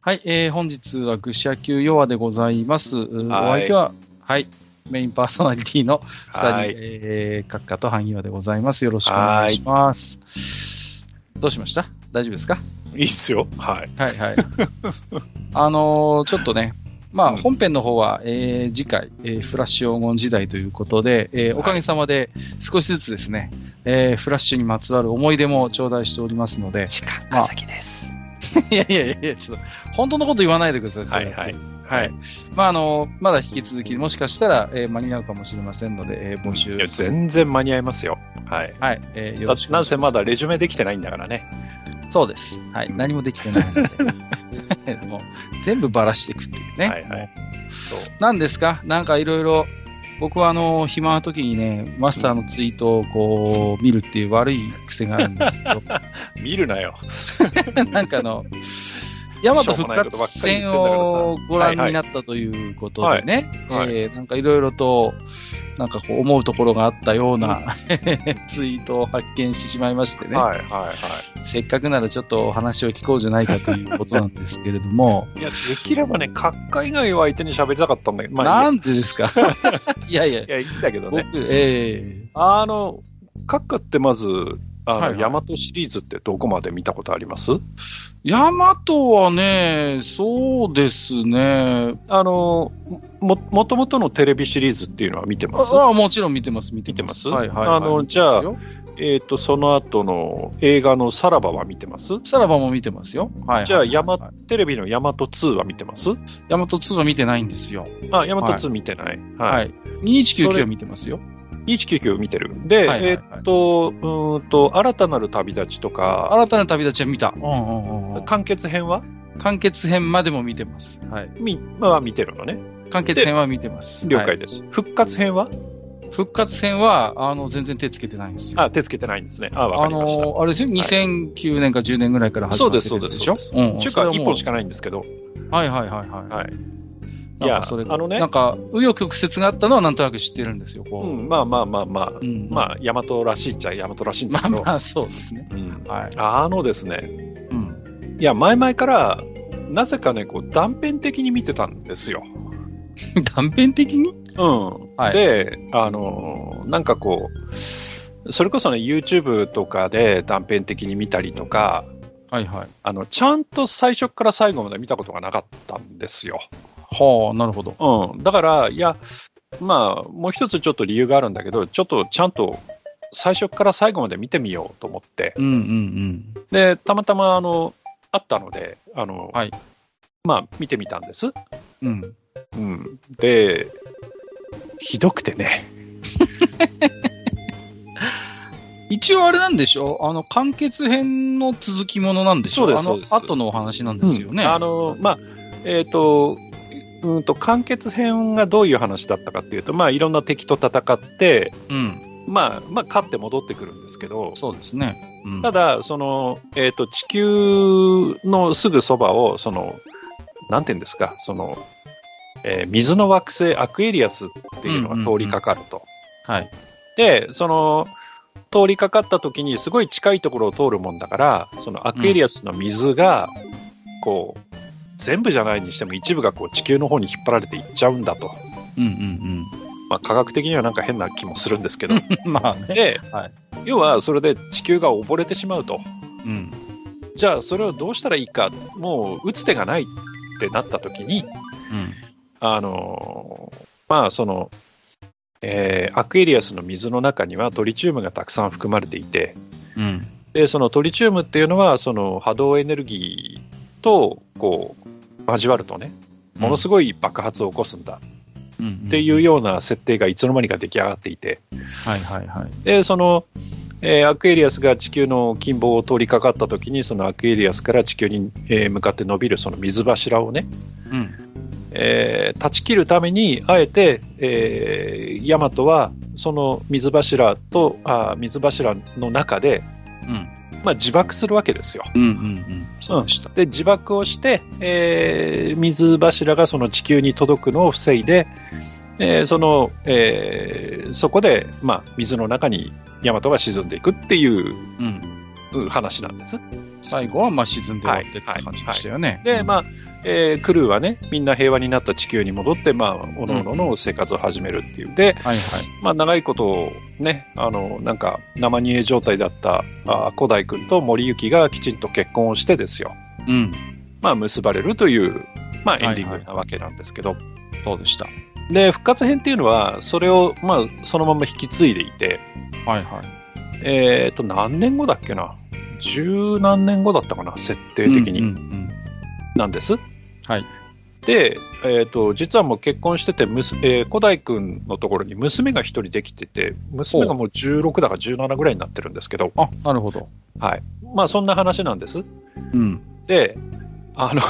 はい、えー本日は愚者級ヨアでございます。うーお相手は、はい、メインパーソナリティの二人、はい。えー、閣下と萩和でございます。よろしくお願いします。どうしました大丈夫ですかいいっすよ。はい。はいはい。 あのーちょっとね、まあ、うん本編の方は、えー次回、えーフラッシュ黄金時代ということで、えーおかげさまで少しずつですね、えーフラッシュにまつわる思い出も頂戴しておりますので、時間稼です。 いやいやいやいや、ちょっと、本当のこと言わないでください、そはれいはい。はい。まあ、あの、まだ引き続き、もしかしたら、えー間に合うかもしれませんので、えー募集。いや、全然間に合いますよ。はい。はい。えーよだろっしてくお願ないんしせま。ますだレジュメできてないんだからね。そうです。はい。何もできてないので。 もう、全部ばらしていくっていうね。はいはいそう。なんですかなんかいろいろ、僕はあの、暇な時にね、マスターのツイートをこ う、見るっていう悪い癖があるんですけど、見るなよ。なんかあ の、ヤマトしょう復もないことばっ活かり言戦ってんだからさをご覧になったということでね、はいはいえーなんかいろいろと、なんかこう思うところがあったような、 ツイートを発見してしまいましてね、はいはいはせっかくならちょっとお話を聞こうじゃないかということなんですけれども、い。いや、できればね、閣下以外は相手に喋りたかったんだけど、 まあないんでですか いやい やい、や、いやいいんだけど僕ね。、えあの、閣下ってまず、はあいの、はいヤマトシリーズってどこまで見たことありますー、ヤマトはね、そうですね、あの、も、もともとのテレビシリーズっていうのは見てますああもちろん見てます、見てます。見てまはすいはいはいあのじゃあ見てますよえっ、と、その後の映画のさらばは見てますさらばも見てますよ。はいはいはいはいじゃあヤマテレビのヤマト2は見てますヤマト2は見てないんですよ。あ、ヤマト2見てない。ははい。い。2199そはれ見てますよ。 199見てる。で、はいはいはいえーっと、うーんと、新たなる旅立ちとか、新たな旅立ちは見た。うんうんうんうん。完結編は完結編までも見てます。はい。み、まあ見てるのね。完結編は見てます。了は解いです。復活編は復活編は、あの、全然手つけてないんですよ。あ、手つけてないんですね。あ、わあかりました。の、あれですよ、2009年か10年ぐらいから始まってるそうですやつでしょそううん。中それ華はもう1本しかないんですけど、はいはいはいはい。はい。いいや、やそれあのねなんか、紆余曲折があったのはなんとなく知ってるんですよ、うこん、まあまあまあまあう。、うんまあ、ヤマトらしいっちゃヤマトらしいんだまあけど、まあ、そうですね。うんはい。あのですね、 うん。いや、前々から、なぜかね、こう、断片的に見てたんですよ。断片的にうん。はいで、あのーなんかこう、それこそね、YouTube とかで断片的に見たりとか、はいはい。あの、ちゃんと最初から最後まで見たことがなかったんですよ。はあ、なるほど。うん。だから、いや、まあ、もう一つちょっと理由があるんだけど、ちょっとちゃんと最初から最後まで見てみようと思って、うんうんうん。で、たまたま、あの、あったので、あの、はいまあ、見てみたんです。うん。うん。で、ひどくてね。一応あれなんでしょあの、完結編の続きものなんでしょそうですあそうのです後のお話なんですよね。うんあの、まあ、えっ、と、うんと、完結編がどういう話だったかっていうと、まあ、いろんな敵と戦って、うん。まあ、まあ、勝って戻ってくるんですけど、そうですね。うん。ただ、その、えっ、と、地球のすぐそばを、その、なんていうんですか、その、えー水の惑星アクエリアスっていうのが通りかかると。はい。で、その、通りかかった時にすごい近いところを通るもんだから、そのアクエリアスの水が、こう、全部じゃないにしても一部がこう地球の方に引っ張られていっちゃうんだと。うんうんまあ科学的にはなんか変な気もするんですけど。 うん。まあね。で、 はい要はそれで地球が溺れてしまうと。うん。じゃあそれをどうしたらいいか、もう打つ手がないってなった時に、うん。あのーまあその、えーアクエリアスの水の中にはトリチウムがたくさん含まれていて、うん。でそのトリチウムっていうのはその波動エネルギーとこう交わるとねものすごい爆発を起こすんだごいっていよ。うような設定がいつの間にか出来上がっていてはいはいはい。でその、えーアクエリアスが地球の近傍を通りかかった時にそのアクエリアスから地球に、えー向かって伸びるその水柱をね、うん。えー断ち切るためにあえて、えーヤマトはその水柱とあー水柱の中で、うん。まあ、自爆するわけですよ。うんうんうん。そうでした。で自爆をして、えー水柱がその地球に届くのを防いで、えーそのえーそこで、まあ、水の中にヤマトが沈んでいくっていうん。ううん話なんです。最後はまあ沈んで終わってって感じでしたよね。で、まあ、えークルーはね、みんな平和になった地球に戻って、まあ、おののの生活を始めるっていう。で、はいはい。まあ、長いこと、ね、あの、なんか、生煮え状態だった、あー古代君と森行がきちんと結婚をしてですよ。うん。まあ、結ばれるという、まあ、いエはンいディングなわけなんですけど。そうでした。で、復活編っていうのは、それを、まあ、そのまま引き継いでいて、はいはい。えっ、と、何年後だっけな十何年後だったかな設定的に。うんうんうんなんです。はい。で、えー、と実はもう結婚してて、むすえー、古代君のところに娘が一人できてて、娘がもう16だか17ぐらいになってるんですけど、あ、なるほど。はいまあ、そんな話なんです。うん。で、あの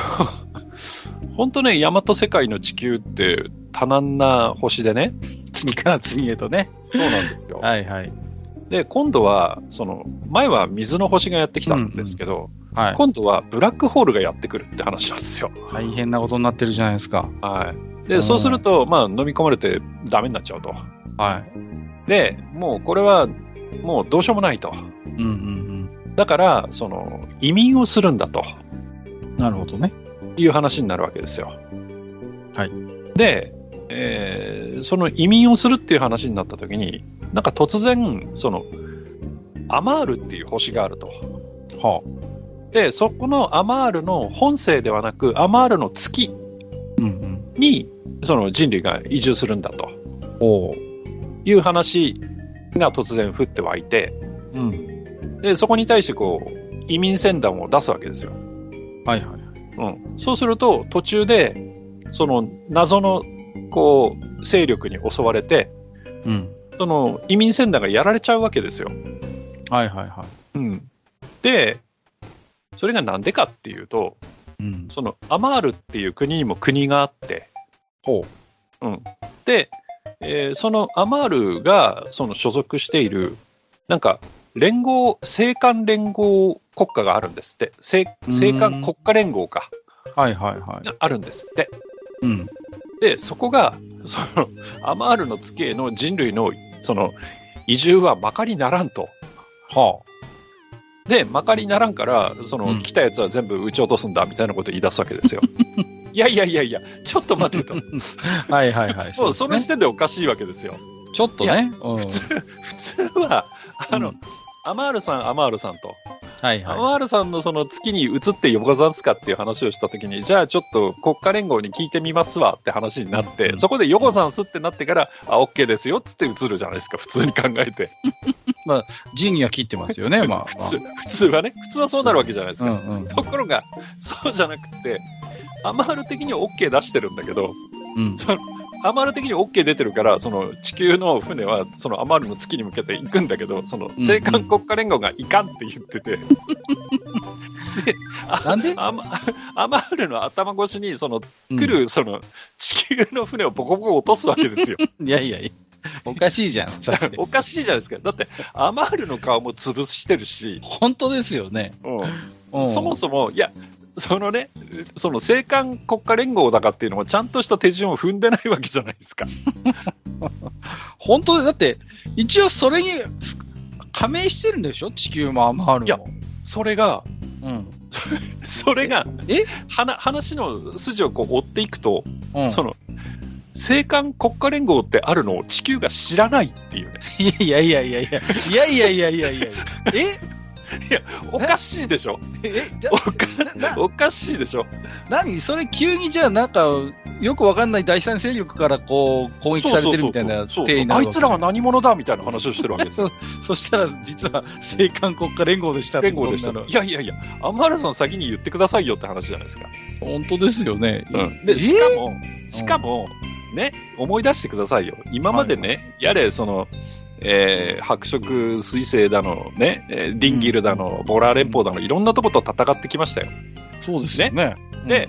本当ね、大和世界の地球って多難な星でね、次から次へとね。そうなんですよ。はいはい。で、今度はその、前は水の星がやってきたんですけど、はい。今度はブラックホールがやってくるって話なんですよ。大変なことになってるじゃないですか。はい、うでんそうすると、まあ、飲み込まれてダメになっちゃうと。はい。でもうこれはもうどうしようもないと。うんうんだからその移民をするんだとうん。なるほどね。いう話になるわけですよ。はい、で、えーその移民をするっていう話になった時になんか突然そのアマールっていう星があると。はでそこのアマールの本性ではなくアマールの月あ。うんうん。にその人類が移住するんだとおう。いう話が突然降って湧いて。うん。でそこに対してこう移民船団を出すわけですよ、はいはい。うん、そうすると途中でその謎のこう勢力に襲われてうん。その移民船団がやられちゃうわけですよ、はいはいはうん、でそれがなんでかっていうとい。うん。そのアマールっていう国にも国があってほで、えーそのアマールがその所属しているなんか連合政官連合国家があるんですって政政う官ん国家連合かう。はいはいはい。があるんですって。うん。で、そこが、その、アマールの月への人類の、その、移住はまかりならんと。はで、まかりならんから、その、うん来たやつは全部撃ち落とすんだ、みたいなことを言い出すわけです よ。いやいやいやいや、ちょっと待てと。もあ。はいはいはい。 う、その時ね。点でおかしいわけですよ。ちょっといやね。うん。普通は、あの、うんアマールさん、アマールさんと。はいアはマールさんのその月に移ってよこざんすかっていう話をしたときに、じゃあちょっと国家連合に聞いてみますわって話になって、そこでよこざんすってなってから、あ、OK ですよっつって移るじゃないですか、普通に考えて。い。ジニは切ってます よね、まあ。普通普通はね、普通はそうなるわけじゃないですまか。あうんうん。ところが、そうじゃなくて、アマール的には OK 出してるんだけど、うん。アマール的に OK 出てるから、その地球の船はそのアマールの月に向けて行くんだけど、その青う函ん国家連合がいかんって言っ てて、なんでアマアマールの頭越しにそのうん来る、その地球の船をボコボコ落とすわけですよ。 いやいやいや。おかしいじゃ ん、さっきおかしいじゃないですか。だって、アマールの顔も潰してるし、本当ですよね。うんそもそも、いや、そのね、その青函国家連合だかっていうのも、ちゃんとした手順を踏んでないわけじゃないですか。本当で、だって、一応それに加盟してるんでしょ地球もアマールも。いやそれが、うん。それが、えはな話の筋をこう追っていくと、うん。その、青函国家連合ってあるのを地球が知らないっていうね。いやいやいやいやいや。いやいやいやいやいや。えおかしいでしょえじゃおかなおかしいでしょ何それ急にじゃあなんか、よくわかんない第三勢力からこう攻撃されてるみたいなそうそうそうそう体になあるいわつけらは何者だみたいな話をしてるわけですよ。 そしたら実は青函国家連合でしたって連こと合でにしなたるいやいやいや、アマールさん先に言ってくださいよって話じゃないですか。本当ですよね。で、えしかも、しかも、ね、思い出してくださいよ。今までね、やれ、その、えー白色彗星だの、ね、えーディンギルだの、ボラー連邦だの、いろんなとこと戦ってきましたよ。そうですよね。で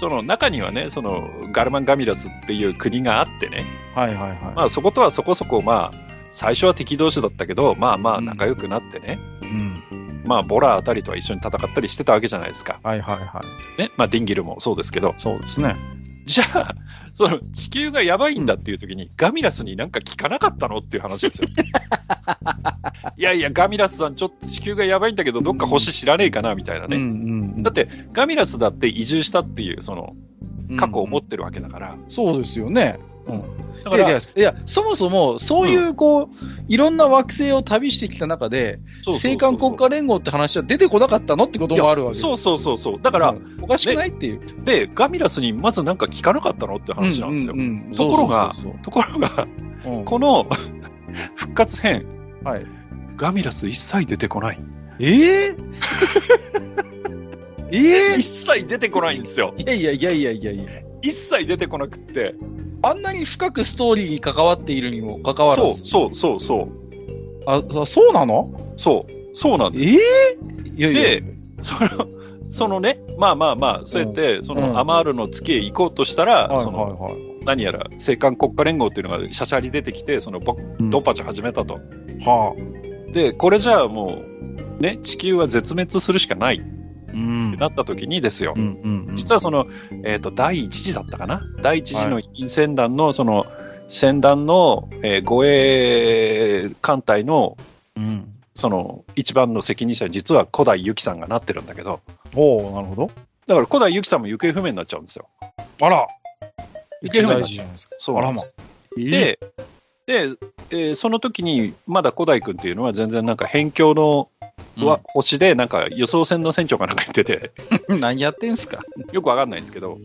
その中にはね、そのガルマン・ガミラスっていう国があってね、うん、はいはいはい。まあそことはそこそこ、まあ、最初は敵同士だったけど、まあまあ仲良くなってね、うん。まあ、ボラあたりとは一緒に戦ったりしてたわけじゃないですか。はいはいはい。ね。まあ、ディンギルもそうですけど。そうですね。じゃあ、その地球がやばいんだっていう時に、ガミラスになんか聞かなかったのっていう話 ですよ。いやいや、ガミラスさん、ちょっと地球がやばいんだけど、どっか星知らねえかなみたいなうんうね。んうんだって、ガミラスだって移住したっていう、その、過去を持っってるわけだから。そうですよね。うんだいやかいらや、、いやそもそも、そういう、こう、いろんな惑星を旅してきた中で、そうそうそうそう青函国家連合って話は出てこなかったのってこともあるわけ。そううそうそうそう。だから、うんおかしくないっていうで、ガミラスにまずなんか聞かなかったのって話なんですよ。ううんところがそうそうところが、そうそううんこの 復活編、はいガミラス一切出てこない。え えええ一切出てこないんですよ。いやいやいやいやいやいや。一切出てこなくって。あんなに深くストーリーに関わっているにもかかわらそうず。そうそうそう。あ、そそうなのそう。そうなんでええいやいやいや。す。その、 そのね、まあまあまあ、そうやって、そのアマールの月へ行こうとしたら、はいそはいの、はい。何やら、青函国家連合っていうのがシャシャリ出てきて、その、ぼうんドンパチ始めたと。はで、これじゃあもう、ね、地球は絶滅するしかないっあ。うんてなった時にですよ。うんうんうん。実はその、えっ、と、第一次だったかな第一次の陰船団の、その、船団の、えー護衛艦隊の、うん。その、一番の責任者に実は古代ユキさんがなってるんだけど、おおなるほど。だから古代ユキさんも行方不明になっちゃうんですよ。あら。行方不明になっ事ちじゃゃないうんでですす。そうなんです。で、で、えーその時に、まだ古代君っていうのは全然なんか辺境の、わ星で、なんか輸送船の船長かなんか言って て、うん、 何やってんすか。よくわかんないんですけど、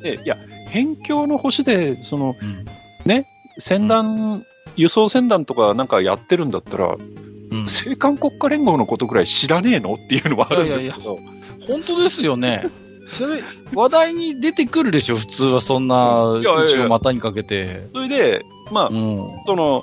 でいや、辺境の星で、その、うん。船団、輸送船団とかなんかやってるんだったら、青うん、函国家連合のことくらい知らねえのっていうのはあるんですけど、本当ですよね。それ、話題に出てくるでしょ、普通はそんな、いやいやいや一応股にかけて。それで、まあ、うん。その、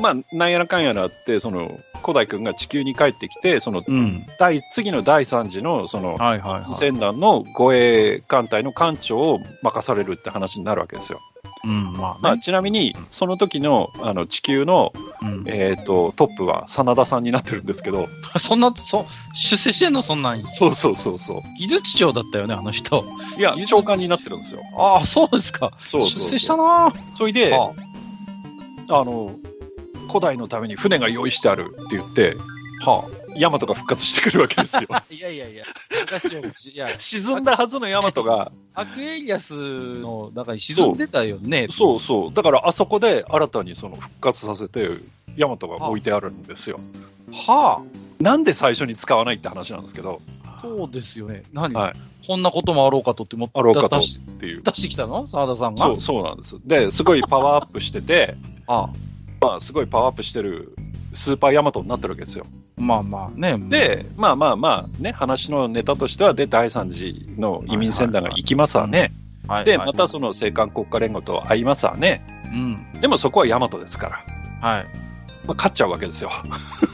まあ、なんやらかんやらあって、その、古代君が地球に帰ってきて、その、うん。第次の第三次の、その、はいはいはい。船団の護衛艦隊の艦長を任されるって話になるわけですよ。うん、ままああ、ね、ちなみに、その時の、あの、地球の、うんえっ、と、トップは、真田さんになってるんですけど、そんな、そ、出世してんのそんなに。そうそうそうそ技術長だったよね、あの人。う。いや、長官になってるんですよ。ああ、そうですか。そうそうそう出世したなそれで、はあの、古代のために船が用意してあるって言って、あ、はヤマトが復活してくるわけです よ。あ。いやいやいや、昔よい や、沈んだはずのヤマトが、アクエリアスの中に沈んでたよね。そうそう、だからあそこで新たにその復活させて、ヤマトが置いてあるんですよ。はなんで最初に使わないって話なんですけど、あ。そうですよね。何、はいこんなこともあろうかとって思ってあろうかと出しっていう。出してきたの澤田さんが。そうそうなんです。で、すごいパワーアップしてて、ああまあ、すごいパワーアップしてるスーパーヤマトになってるわけですよ。まあまあね。で、まあまあまあ、ね、話のネタとしては、で、第3次の移民船団が行きますわね。はい、で、はいまた、その青函国家連合と会いますわね。うん。でもそこは大和ですから、はい。まあ、勝っちゃうわけですよ。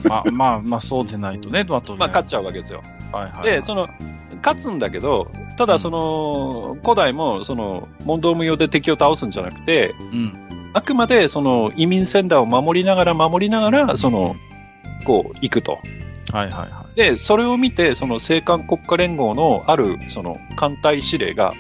まあ まあ、まあ、そうでないとね。まあ、とりまああ、えず勝っちゃうわけですよ。はいはい、で、その、勝つんだけど、ただその、古代も、その、問答無用で敵を倒すんじゃなくて、うん。あくまで、その、移民船団を守りながら守りながら、その、こう、行くと。はいはいはで、それを見て、その、青函国家連合のある、その、艦隊司令が、ん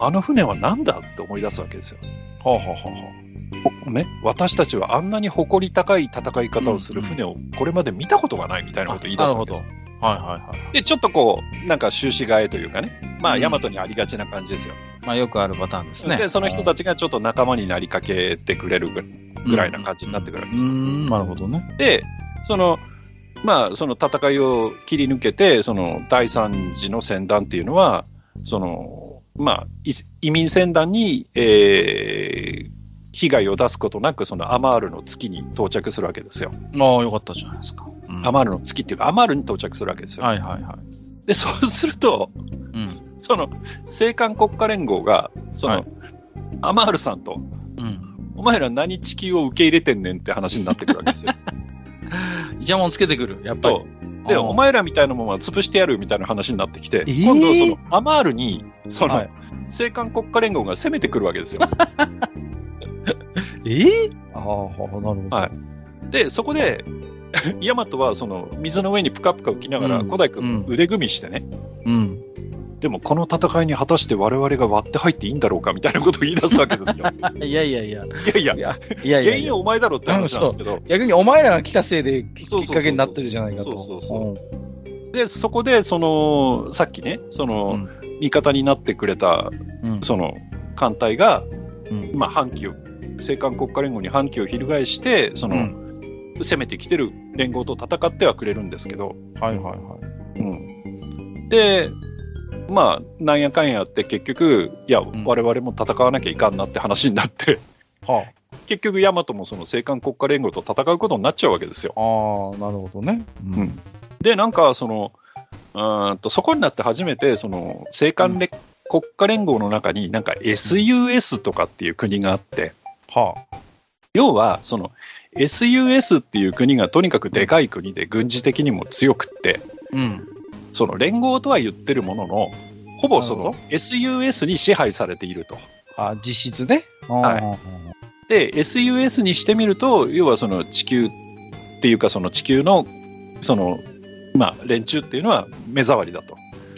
あの船は何だって思い出すわけですよ。い。はあ、はあはあはね、私たちはあんなに誇り高い戦い方をする船をこれまで見たことがないみたいなことを言い出すわけです。あ、はいはいはい。で、ちょっとこう、なんか終始替えというかね、まうあ、んヤマトにありがちな感じですよ。まあ、よくあるパターンですね。で、その人たちがちょっと仲間になりかけてくれるぐらいぐらいな感じになってくるわけですうよ。ん、なるほどね。で、その、まあ、その戦いを切り抜けて、その第三次の船団っていうのは、その、まあ、い移民船団に、えー被害を出すことなく、そのアマールの月に到着するわけですよ。ああ、よかったじゃないですか。うんアマールの月っていうか、アマールに到着するわけですよ。はいはいはい。で、そうすると、うん。その、青函国家連合が、その、はいアマールさんと、うん。お前ら何地球を受け入れてんねんって話になってくるわけで すよ。邪魔をつけてくる、やっぱりと。で、ああお前らみたいなもんは潰してやるみたいな話になってきて、えー今度その、アマールに、その、は青い函国家連合が攻めてくるわけですよ。ええああ、なるほど。はいで、そ こで、ヤマトはその水の上にぷかぷか浮きながら、うん古代君、うん腕組みしてね、うん。でもこの戦いに果たして我々が割って入っていいんだろうかみたいなことを言い出すわけですよ。 いやいやいや。いやいや、いやいや原い因や。はお前だろって話なんですけど。逆にお前らが来たせいでききそうそうそうっかけになってるじゃないかと。そうそうそで、そこで、その、さっきね、その、うん味方になってくれた、うんうんその、艦隊が、うんまあ、反旗を、青韓国家連合に反旗を翻して、その、うん攻めてきてる連合と戦ってはくれるんですけど、はいはいはい。で、まあ、なんやかんやあって結局、いや、ん我々も戦わなきゃいかんなって話になって、は結局、大和もその青韓国家連合と戦うことになっちゃうわけですよ。あ、ああ、なるほどね。うんうんで、なんか、その、うーんと、そこになって初めて、その、青韓連国家連合の中になんか SUS とかっていう国があって、は要は、その、SUS っていう国がとにかくでかい国で軍事的にも強くって、あ。うん。その連合とは言ってるものの、ほぼそなるの SUS に支配されていると。あ実質ね。はいい。で、SUS にしてみると、要はその地球っていうか、その地球の、その、まあ、連中っていうのは目障りだと。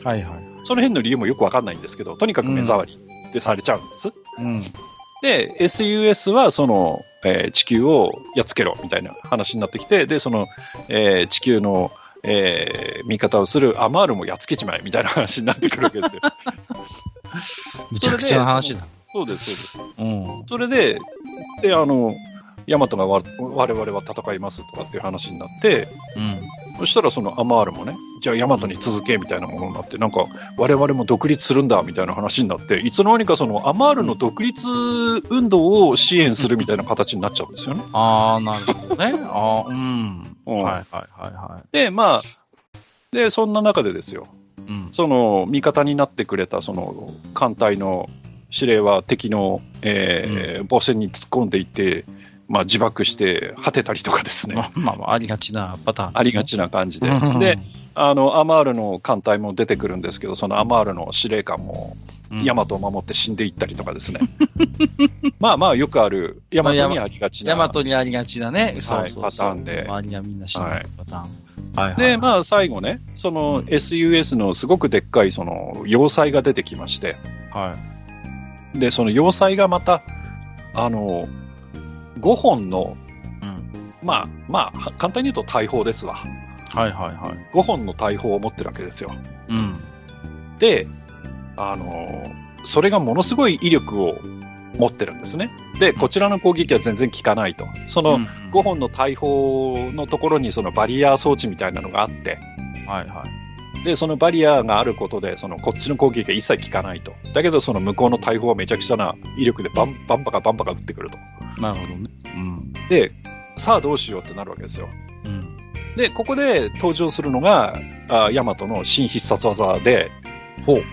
はいはい。その辺の理由もよくわかんないんですけど、とにかく目障りってされちゃうんです。うん。で、SUS はその、えー地球をやっつけろみたいな話になってきて、で、その、えー地球の、えー味方をするアマールもやっつけちまえみたいな話になってくるわけ ですよ。めちゃくちゃな話だ。そうです、そうです。うん。それで、で、あの、ヤマトがわ我々は戦いますとかっていう話になって、うん。そしたらそのアマールもね、じゃあヤマトに続けみたいなものになって、なんか我々も独立するんだみたいな話になって、いつの間にかそのアマールの独立運動を支援するみたいな形になっちゃうんですよね。ああ、なるほどね。ああ、うん。うんはいはいはいはで、まあ、で、そんな中でですよ、い。うん。その味方になってくれたその艦隊の指令は敵の、えー防戦に突っ込んでいって、まあ、自爆して果てたりとかです ね。まあまあまあ、ありがちなパターン、ありがちな感じで。うんで、あの、アマールの艦隊も出てくるんですけど、そのアマールの司令官も、うんヤマトを守って死んでいったりとかですね。 まあまあ、よくある、ヤマトにありがちな。ヤマトにありがちだね。そうそうそうパターンで周りがみんな死んでるパターン。はいはい。で、まあ、最後ね、その SUS のすごくでっかい、その、要塞が出てきまして、あ、はい。で、その要塞がまた、あの、5本の、うん。まあ、まあ、簡単に言うと大砲ですわ。はいはいはい。 5本の大砲を持ってるわけですよ。うん。で、あのそれがものすごい威力を持ってるんですね。で、こちらの攻撃は全然効かないと。その5本の大砲のところにそのバリアー装置みたいなのがあって、はいはい。で、そのバリアーがあることで、そのこっちの攻撃が一切効かないと。だけど、その向こうの大砲はめちゃくちゃな威力でバンバンバカバンバカ撃ってくると。なるほどね。うん。で、さあどうしようってなるわけですよ。うん。で、ここで登場するのが、あヤマトの新必殺技で、ほう。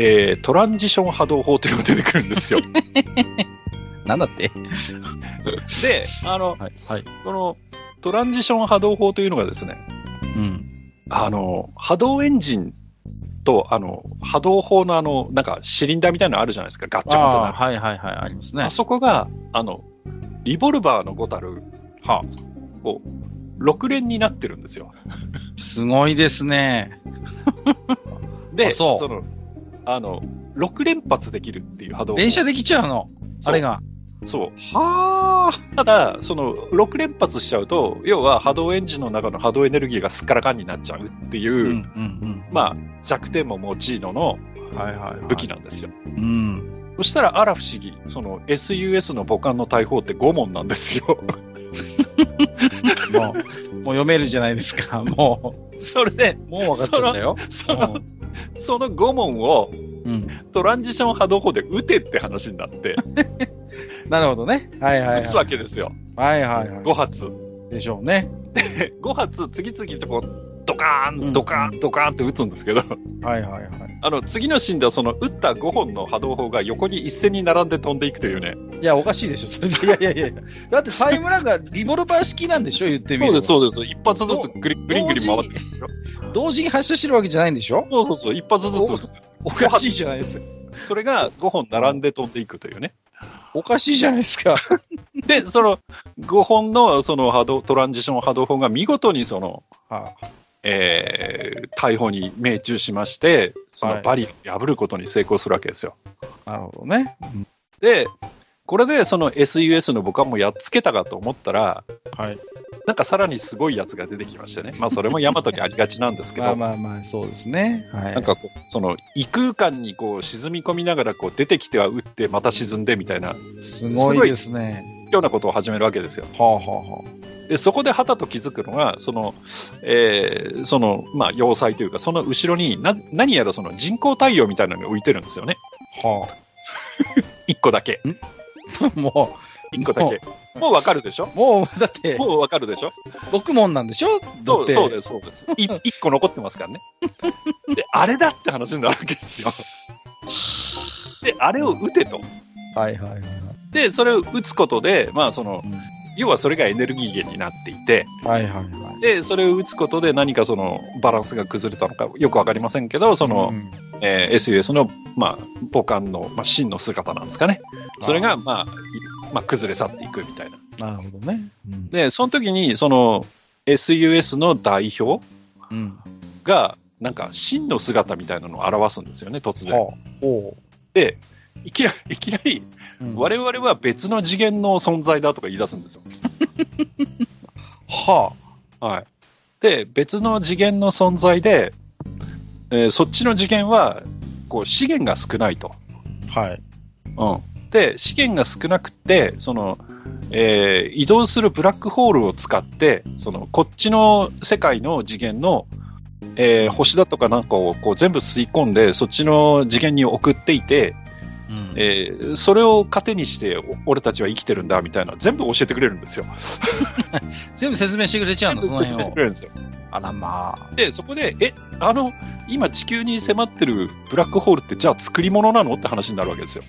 えートランジション波動砲というのが出てくるんですよ。なんだってで、あの、はい。はい。このトランジション波動砲というのがですね、うん。あの、波動エンジンと、あの、波動砲のあの、なんかシリンダーみたいなのあるじゃないですか、ガッチャンとなあーる。はいはいはい。ありますあ,、ね。そこが、あの、リボルバーのごたる、はこう、6連になってるんですよ。すごいですね。で、あそうの、あの、6連発できるっていう波動砲連射できちゃうの。そうあれが。そう。はあ。ただ、その、6連発しちゃうと、要は波動エンジンの中の波動エネルギーがすっからかんになっちゃうっていう、うんうんまあ、弱点も用いののうん。はいはいはい。武器なんですよ。うん。そしたら、あら不思議、その SUS の母艦の大砲って5門なんですよ。もう、もう読めるじゃないですか。もそれでう、、もう分かっちゃったよ。その、その5門をうん。トランジション波動砲で撃てって話になって、なるほどね。はいはい、はい。撃つわけですよ。はいはいは5発。い。でしょうね。 5発、次々とこう、ドカーうン、んドカーン、ドカーンって撃つんですけど、はいはいはい。あの、次のシーンではその撃った5本の波動砲が横に一斉に並んで飛んでいくというね。いや、おかしいでしょ、それで。いやいやいや。だってタイムラグがリボルバー式なんでしょ、言ってみそうるでと。す、そうです。一発ずつグリグリングリン回って。同時に同時に発射してるわけじゃないんでしょそうそうそう、一発ずつ撃つんです。おかしいじゃないですか。それが5本並んで飛んでいくというね。おかしいじゃないです か。で、その5本のその波動、トランジション波動砲が見事にその、はえー大砲に命中しまして、そのバリアを破ることに成功するわけですよ。なるほどね。うんで、これでその SUS の僕はもうやっつけたかと思ったら、はい。なんかさらにすごいやつが出てきましてね、まあそれもヤマトにありがちなんですけ ど、まあまあまあ、そうですね。はい。なんかこう、その異空間にこう沈み込みながらこう出てきては撃って、また沈んでみたいな、すごいですね。ようなことを始めるわけですよ。はあはあはで、そこではたと気づくのが、その、えーその、まあ、要塞というか、その後ろにな、何やらその人工太陽みたいなのが浮いてるんですよね。あ。は一個だけ。あ。も一個だけ。もうわかるでしょう、もう、だって、もうわかるでしょ六問なんでしょだってそうそうです、そうです。い 一個残ってますからね。で、あれだって話になるわけですよ。で、あれを撃てと。はいはいはいはい。で、それを撃つことで、まあ、その、うん要はそれがエネルギー源になっていて、はいはいはい。で、それを打つことで何かそのバランスが崩れたのかよくわかりませんけど、その、うんえー SUS の、まあ、母艦の、まあ、真の姿なんですかね。それが、まあ、いまあ、崩れ去っていくみたいな。なるほどね。うんで、その時に、その、SUS の代表うん。が、なんか、真の姿みたいなのを表すんですよね、突然。はあ。おう。で、いきなり、いきなり、うん我々は別の次元の存在だとか言い出すんですよ。ははい。で、別の次元の存在で、えーそっちの次元は、こう、資源が少ないと。あ。はい。うん、で資源が少なくてその、えー移動するブラックホールを使ってそのこっちの世界の次元の、えー星だとかなんかをこう全部吸い込んでそっちの次元に送っていて、うんえーそれを糧にしてお俺たちは生きてるんだみたいな全部教えてくれるんですよ。全部説明してくれちゃうの、その説明辺してをく。れるんですよあらま でそこでえあの今地球に迫ってるブラックホールってじゃあ作り物なのって話になるわけですよ。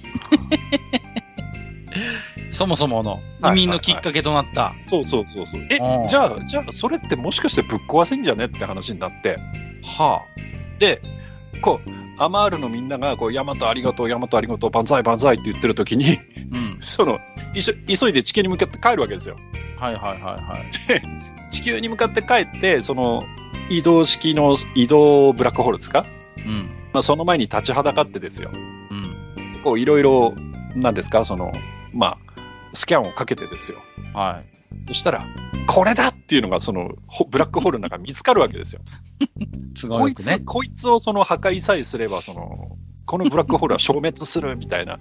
あ、そもそものはい移民のきっかけとなった。そうそうそうそう。えうん、じゃあ、じゃあ、それってもしかしてぶっ壊せんじゃねって話になって。はで、こう、アマールのみんなが、こう、ヤマトありがとう、ヤマトありがとう、万歳万歳って言ってる時に、 あ。うん。その、いそ急いで地球に向かって帰るわけですよ。はいはいはいはい。地球に向かって帰って、その、移動式の移動ブラックホールですかうん。まあ、その前に立ちはだかってですよ。うん。こう、いろいろ、なんですか、その、まあ、スキャンをかけてですよ。はい。そしたら、これだっていうのが、その、ほブラックホールの中に見つかるわけですよ。都こ合いよつくね。こいつをその破壊さえすればその、このブラックホールは消滅するみたいな、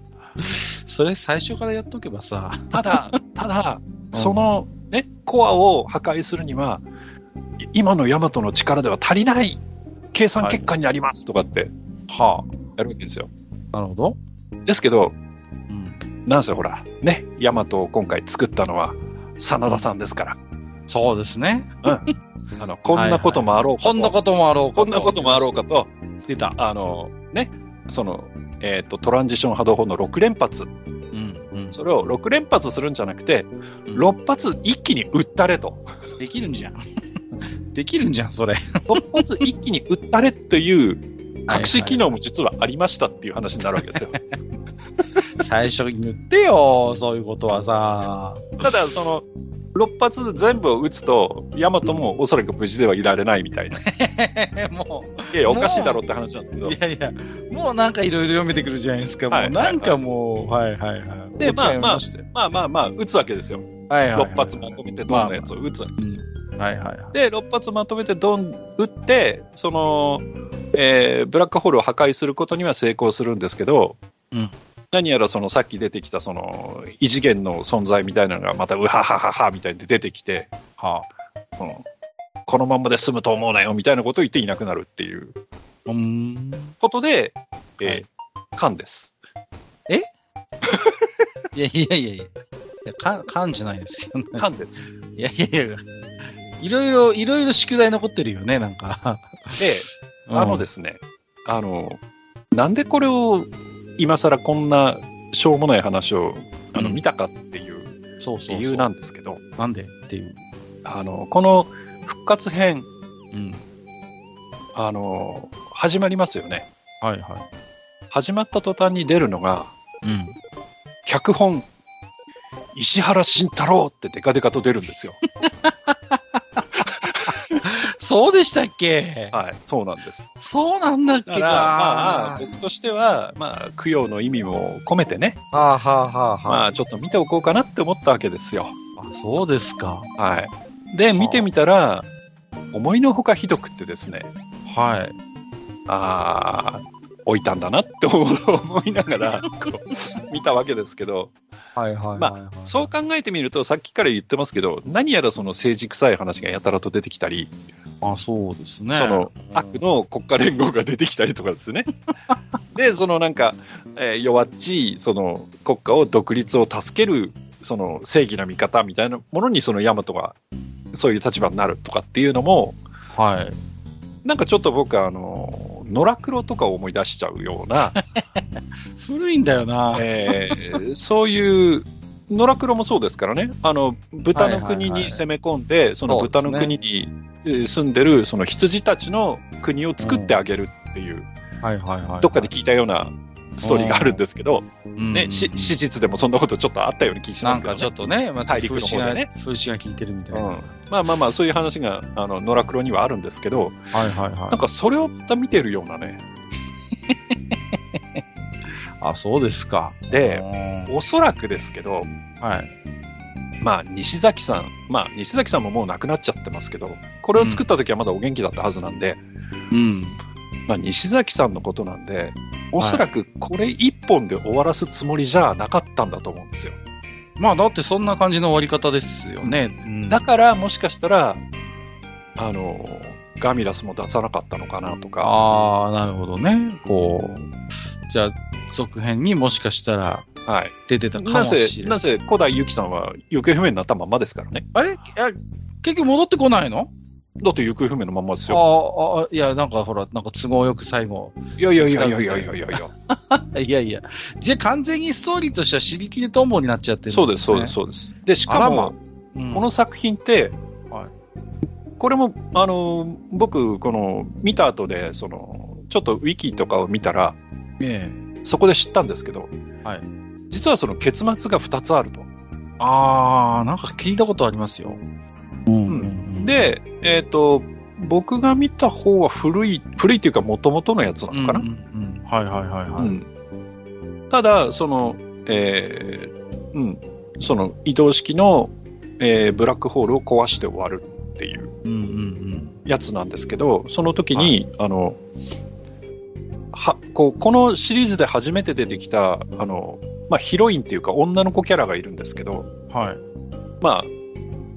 それ最初からやっとけばさ。 ただ、ただ、その、ね、コアを破壊するには、い今のヤマトの力では足りない計算結果になりますとかってはやるわけですよ。あ。なるほど。ですけど、うん。なんせほら、ね、ヤマトを今回作ったのは、真田さんですから、そうですね。 あのこんなこともあろうかと、こんなこともあろうかこんなこともあろうかと、出た。あの、ね、その、えっ、と、トランジション波動法の6連発うん。うん。それを6連発するんじゃなくて、6発一気に撃ったれ と。できるんじゃん。 できるんじゃん、それ。 6発一気に撃ったれという隠し機能も実はありましたっていう話になるわけですよ。 最初に言ってよ、そういうことはさ。ただ、その、6発全部を撃つと、ヤマトもおそらく無事ではいられないみたいな。い もやいや、おかしいだろうって話なんですけどう、い。やいや、もうなんかいろいろ読めてくるじゃないですか。はもいうなんかもう、はいはいはい。でまあまあ落ちちゃいまあまあまあ、撃つわけですよ。まあ、はいはいはい6発まとめてドンのやつを撃つわけですよ。はいはいはい。で、6発まとめてドン撃って、その、えーブラックホールを破壊することには成功するんですけど、うん何やらそのさっき出てきたその異次元の存在みたいなのがまたうははははみたいに出てきて、はあ、そのこのまんまで済むと思うなよみたいなことを言っていなくなるっていううーん。ことで、えーはい勘です。いやいやいやいや。いやか勘じゃないですよ、勘です。いやいやいや。いろいろ、いろいろ宿題残ってるよね、なんか。。で、あのですすね、あの、なんでこれを今更こんなしょうもない話をあのうん見たかっていうそうそうそう。理由なんですけど、なんでっていう。あのこの復活編うん。あの、始まりますよね。はいは始まった途端に出るのが、い。うん。脚本、石原慎太郎ってデカデカと出るんですよ。そうでしたっけ はい、そうなんです。そうなんだっけだから、まか、。あ僕としては、まあ、供養の意味も込めてね、はあはあはあはまあ、ちょっと見ておこうかなって思ったわけですよ。あ。そうですか。はい。で、見てみたら、思いのほかひどくってですね、はい。ああ、置いたんだなって思思いながら、こう、見たわけですけど、はいはいはい、はいまそう考えてみると、さっきから言ってますけど、何やらその政治臭い話がやたらと出てきたり、あ、そうですね。その悪の国家連合が出てきたりとかですね。で、そのなんか、えー弱っちいその国家を独立を助けるその正義な味方みたいなものに、そのヤマトがそういう立場になるとかっていうのも、はい。なんかちょっと僕はあの、野良黒とかを思い出しちゃうような、古いんだよな。えーそういう、野良黒もそうですからね、あの豚はいの国はいはにい攻め込んで、その豚そのうで国にえー住んでるその羊たちの国を作ってあげるっていう、はいはいはい。どっかで聞いたようなストーリーがあるんですけど、うん、ね、し史実でもそんなことちょっとあったような気しまなすんけど、かねちょっとね、まあ、大陸の方でね風刺が効いてるみたいな。うはんまあまあまあ、そういう話があの野良黒にはあるんですけど、いはいはなんかそれをまた見てるようなね、い。あ、そうですか。で、うんおそらくですけど、はい。まあ、西崎さん、まあ、西崎さんももう亡くなっちゃってますけど、これを作った時はまだお元気だったはずなんで、うん。まあ、西崎さんのことなんで、おそらくこれ一本で終わらすつもりじゃなかったんだと思うんですよ。まあ、だってそんな感じの終わり方ですよね。うんだから、もしかしたら、あの、ガミラスも出さなかったのかなとか、ああ、なるほどね。こう、じゃあ、続編にもしかしたらはい。出てたかなもしぜ、れな。ないぜ古代ゆきさんは行方不明になったまんまですからね。あれいや結局戻ってこないのだって行方不明のまんまですあよ。ーあー、いや、なんかほら、なんか都合よく最後。 いやいやいやいやいやいやいやいや。いやいや。じゃあ完全にストーリーとしては尻切れトンボになっちゃってる、そうです、そうです、。そうです。で、しあからまも、この作品って、はいこれも、あのー僕、この見た後でそのちょっとウィキとかを見たら、えそこで知ったんですけど、はい実はその結末が2つあると。えああ、なんか聞いたことありますよ。うんうんうん、で、えっと、僕が見た方は古い、古いというか、もともとのやつなうんうのんかな。うんはいはいはいはうい。んただ、その、えーうん、その移動式の、えーブラックホールを壊して終わるっていう。うんうんうんやつなんですけど、その時に、あのはこうこのシリーズで初めて出てきたあの、まあ、ヒロインっていうか女の子キャラがいるんですけど、はい。まあ、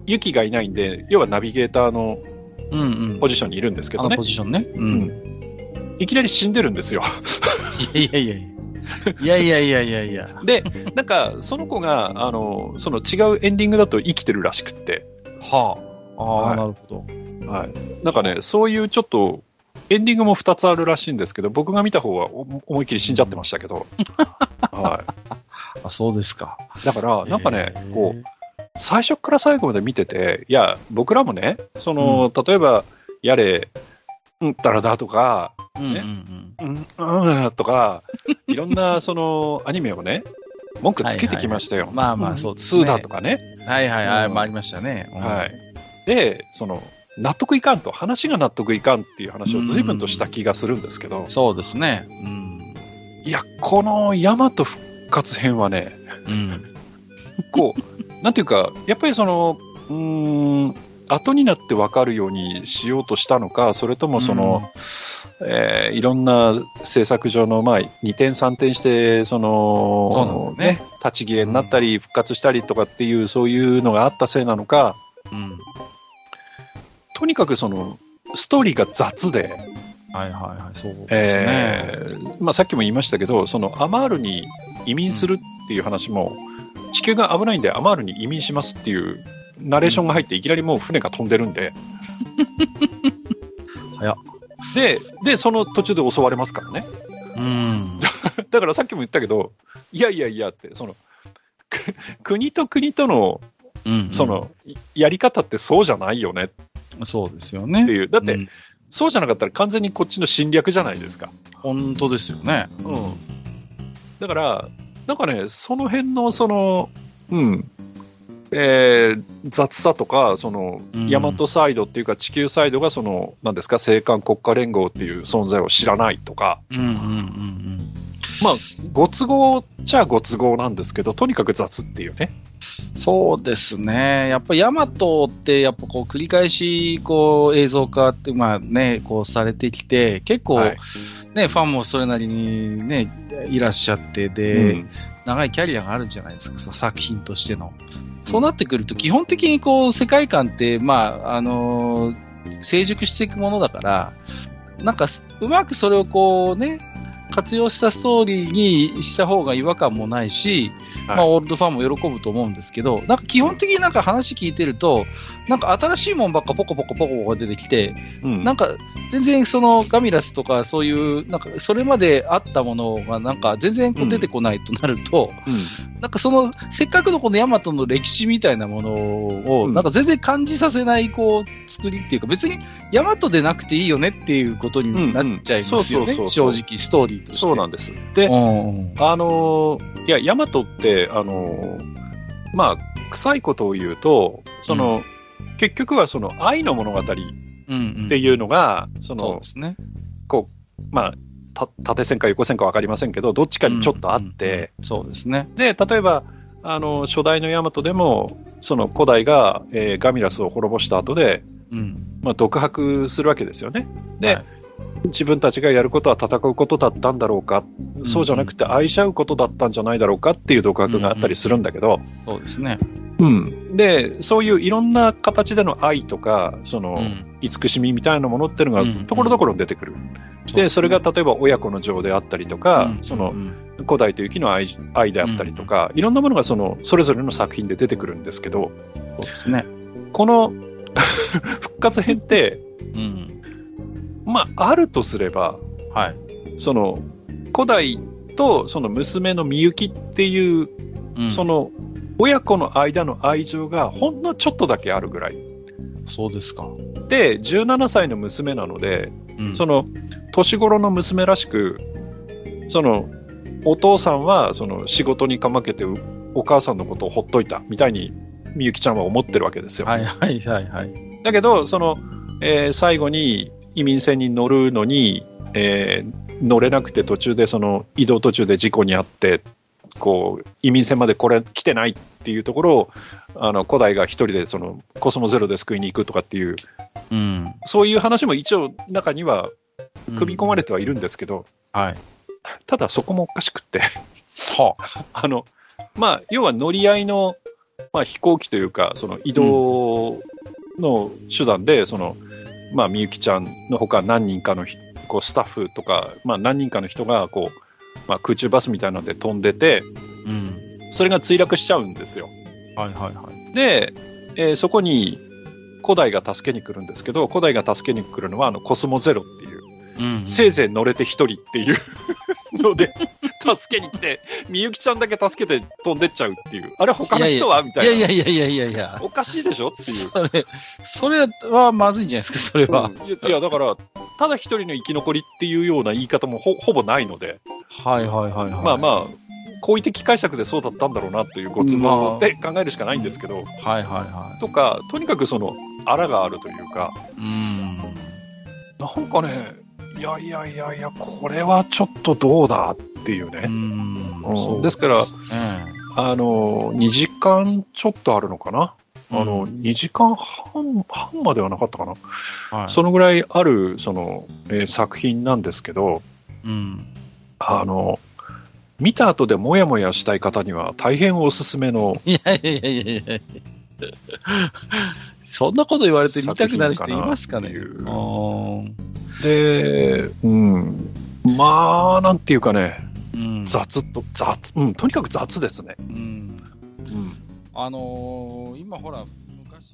ユキがいないんで、要はナビゲーターのうんうん。ポジションにいるんですけあどのねポ、ジションね。う。うんん、いきなり死んでるんですよ。 いやいやいやいや。いやいやいやいやいや。で、なんかその子があのその違うエンディングだと生きてるらしくって、はあ。ああ、はいなるほど。はい、なんかね、そういうちょっと。エンディングも2つあるらしいんですけど、僕が見た方はお思いっきり死んじゃってました けど、はい、あ、そうですか。だから、なんかねえ、ーこう、最初から最後まで見てて、いや、僕らもね、その、例えば、やれ、うんたらだとか、うんうんうん。うん、うんとか、いろん な、その、アニメをね、文句つけてきましたよ。まあまあ、そうですスね。ーだとかね。はいはいはい、うんまあありましたね。うんはい。。で、その、納得いかんと、話が納得いかんっていう話を随分とした気がするんですけど、そうですね。うん。いや、この、ヤマト復活編はね、うん。こう、なんていうか、やっぱりその、うーん、後になって分かるようにしようとしたのか、それともその、えーいろんな制作上の、まあ、2点3点して、そそうなのん、だよね立ち消えになったり、復活したりとかっていう、そういうのがあったせいなのか、うん。とにかくその、ストーリーが雑で、はいはいはい、そうですね。。えーまあ、さっきも言いましたけど、そのアマールに移民するっていう話も、地球が危ないんでアマールに移民しますっていうナレーションが入って、いきなりもう船が飛んでるんで 早っでで、その途中で襲われますからね。うん。だからさっきも言ったけど、いやいやいやって、そのく国と国とのうんそ、の、いやり方ってそうじゃないよねっそうですよね。ていう、だって、うんそうじゃなかったら完全にこっちの侵略じゃないですか。本当ですよね。うん。だから、なんかね、その辺の、その、うん、えー雑さとか、そのうん、ヤマトサイドっていうか、地球サイドが、その、なんですか、青韓国家連合っていう存在を知らないとか、うんうんうんうん。まあ、ご都合っちゃご都合なんですけど、とにかく雑っていうね。そうですね。やっぱヤマトって、やっぱこう繰り返し、こう映像化って、まあね、こうされてきて、結構、はいね、ファンもそれなりにね、いらっしゃってで、うん長いキャリアがあるじゃないですか、その作品としての。そうなってくると、基本的にこう世界観って、まああのー成熟していくものだから、なんかすうまくそれをこうね、活用したストーリーにした方が違和感もないし、はいまあ、オールドファンも喜ぶと思うんですけど、なんか基本的になんか話聞いてると、なんか新しいもんばっかポコポコポコポコ出てきて、うんなんか全然そのガミラスとかそういうなんかそれまであったものがなんか全然こう出てこないとなると、うんなんかそのせっかくのこのヤマトの歴史みたいなものをうんなんか全然感じさせないこう作りっていうか別にヤマトでなくていいよねっていうことになっちゃいますようんうんそうそねうそうそう正直ストーリーとして。そうなんです。で、うんあのーいや、ヤマトって、あのーまあ、臭いことを言うと、その、結局はその愛の物語っうんうんていうのが、そそうで、のすね。こう、まあ、た縦線か横線か分かりませんけど、どっちかにちょっとあって、うんうんそうですね。で、例えば、あの、初代のヤマトでも、その古代が、えーガミラスを滅ぼした後で、うん。まあ、独白するわけですよね。で、はい自分たちがやることは戦うことだったんだろうか、そうじゃなくて愛し合うことだったんじゃないだろうかっていう独白があったりするんだけど、そうですね。うんで、そういういろんな形での愛とか、その、うん慈しみみたいなものっていうのうんがところどころに出てくる。で、それが例えば親子の情であったりとか、その、うん古代と雪の愛愛であったりとか、いろんなものがそのそれぞれの作品で出てくるんですけどそうですね。この 復活編って、うん。まあ、あるとすればはい。その古代とその娘のみゆきっていう、うんその親子の間の愛情がほんのちょっとだけあるぐらいそうですか。で17歳の娘なので、うんその年頃の娘らしくそのお父さんはその仕事にかまけてお母さんのことをほっといたみたいにみゆきちゃんは思ってるわけですよ、はいはいはいはい。だけどその、えー最後に移民船に乗るのに、えー乗れなくて途中でその移動途中で事故に遭ってこう移民船までこれ来てないっていうところをあの古代が一人でそのコスモゼロで救いに行くとかっていううん。そういう話も一応中には組み込まれて、てはいるんですけど、はい。ただそこもおかしくって、 あのまあ、要は乗り合いの、まあ、飛行機というか、その移動の手段で、そのまあ、みゆきちゃんのほか何人かのひこうスタッフとか、まあ、何人かの人がこう、まあ、空中バスみたいなので飛んでて、うん。それが墜落しちゃうんですよ。はいはいはい。で、えーそこに古代が助けに来るんですけど、古代が助けに来るのはあのコスモゼロっていう。うんせいぜい乗れて一人って いうので、助けに来て、みゆきちゃんだけ助けて飛んでっちゃうっていう、あれ、他の人はみたいな。いやいやいやいやいやいや。おかしいでしょって いう。それ、それはまずいんじゃないですか、それは。いやいや、だから、ただ一人の生き残りっていうような言い方もほほぼないので、はいはいはいはい。まあまあ、好意的解釈でそうだったんだろうなというご都合で考えるしかないんですけど、あ。はいはいはとか、とにかくその、あらがあるというか、い。うん。なんかね、いやいやいやいや、これはちょっとどうだっていうね。う。うんんそうですからねあの、2時間ちょっとあるのかな。あうの、ん2時間半、半まではなかったかな。はい。そのぐらいある、その、えー作品なんですけど、うん。あの、見た後でもやもやしたい方には大変おすすめの、いやいやいやいやいや。そんなこと言われて見たくなる人いますかね。作品かなーで、うん、まあ、なんていうかね、うん。雑と、雑、うん、とにかく雑ですね。うん。うんあのー今ほら、昔。